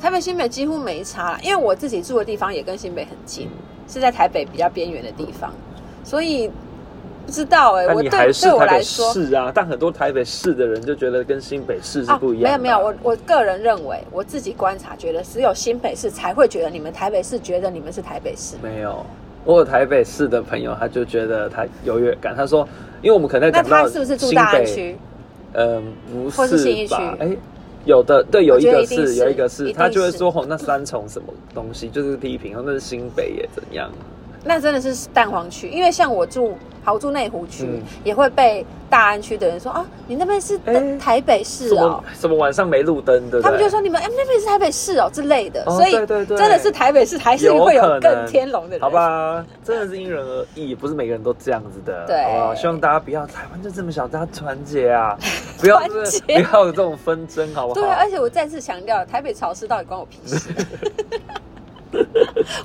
Speaker 2: 台北新北几乎没差啦，因为我自己住的地方也跟新北很近，是在台北比较边缘的地方，所以不知道哎、
Speaker 1: 但
Speaker 2: 我
Speaker 1: 你还
Speaker 2: 对
Speaker 1: 是
Speaker 2: 对我
Speaker 1: 台
Speaker 2: 来
Speaker 1: 北
Speaker 2: 说
Speaker 1: 市啊，但很多台北市的人就觉得跟新北市是不一样
Speaker 2: 没
Speaker 1: 的啊、
Speaker 2: 有没有，我我个人认为，我自己观察觉得，只有新北市才会觉得你们台北市觉得你们是台北市，
Speaker 1: 没有。我有台北市的朋友，他就觉得他优越感。他说，因为我们可能在
Speaker 2: 那
Speaker 1: 讲到
Speaker 2: 他是不是住
Speaker 1: 新
Speaker 2: 大安
Speaker 1: 北
Speaker 2: 区？
Speaker 1: 嗯，不
Speaker 2: 或是信义
Speaker 1: 是
Speaker 2: 区
Speaker 1: 吧？哎、有的对，有一
Speaker 2: 我觉得
Speaker 1: 个
Speaker 2: 一定是
Speaker 1: 有一个
Speaker 2: 一
Speaker 1: 是，
Speaker 2: 定
Speaker 1: 他就会
Speaker 2: 是
Speaker 1: 说哦，那三重什么东西，就是批评，哦，那是新北耶，怎样？
Speaker 2: 那真的是蛋黄区，因为像我住，好我住内湖区，
Speaker 1: 嗯
Speaker 2: 也会被大安区的人说啊，你那边是
Speaker 1: 哎
Speaker 2: 台北市
Speaker 1: 什
Speaker 2: 哦
Speaker 1: 么。什么晚上没路灯，对不对？
Speaker 2: 他们就说你们哎、那边是台北市哦之类的，
Speaker 1: 哦
Speaker 2: 所以
Speaker 1: 对对对
Speaker 2: 真的是台北市还是会有更天龙的人，
Speaker 1: 好？吧，真的是因人而异，不是每个人都这样子的，
Speaker 2: 对
Speaker 1: 好不好？希望大家不要，台湾就这么小，大家团结啊， 不要
Speaker 2: 团结
Speaker 1: 不要有这种纷争，好不好？
Speaker 2: 对，啊哎而且我再次强调，台北潮湿到底关我屁 事？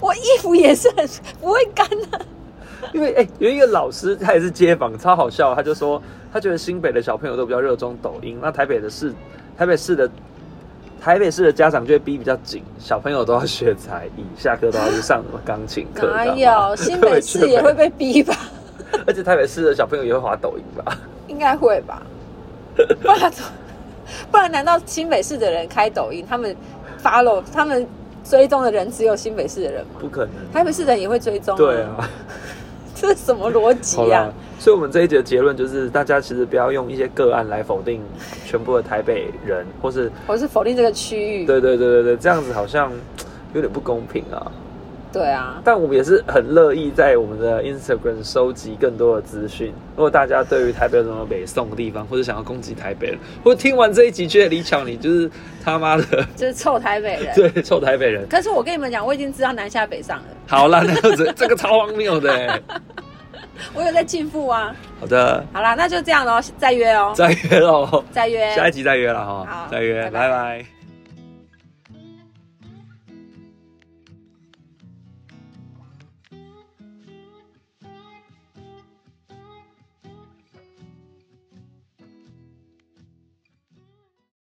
Speaker 2: 我衣服也是很不会干啊的、
Speaker 1: 因为哎、有一个老师他也是街访，超好笑，他就说他觉得新北的小朋友都比较热衷抖音，那台北的市，台北市的。台北市的家长就会逼比较紧，小朋友都要学才艺，下课都要去上什么钢琴课。
Speaker 2: 哪
Speaker 1: 干嘛
Speaker 2: 有哎新北市 也会，被逼吧？
Speaker 1: 而且台北市的小朋友也会滑抖音吧？
Speaker 2: 应该会吧？不然怎么不然难道新北市的人开抖音，他们 follow 他们追踪的人只有新北市的人吗？
Speaker 1: 不可能。
Speaker 2: 台北市的人也会追踪、
Speaker 1: 对，啊。
Speaker 2: 这是什么逻辑啊
Speaker 1: 好
Speaker 2: 呀、
Speaker 1: 啦，所以我们这一节的结论就是，大家其实不要用一些个案来否定全部的台北人，或是
Speaker 2: 我是否定这个区域。
Speaker 1: 对对对对对，这样子好像嘖有点不公平啊。
Speaker 2: 对啊，
Speaker 1: 但我们也是很乐意在我们的 Instagram 收集更多的资讯。如果大家对于台北有什么北宋的地方，或者想要攻击台北人，或者听完这一集觉得李巧你就是他妈的
Speaker 2: 就是臭台北人。
Speaker 1: 对臭台北人，
Speaker 2: 可是我跟你们讲，我已经知道南下北上了，
Speaker 1: 好啦，那这这个超荒谬的、欸。
Speaker 2: 我有在进步啊。
Speaker 1: 好的，
Speaker 2: 好啦，那就这样喽，再约哦，
Speaker 1: 再约喽，
Speaker 2: 再约，
Speaker 1: 下一集再约了哈，
Speaker 2: 好
Speaker 1: 再约，
Speaker 2: 拜拜
Speaker 1: 拜拜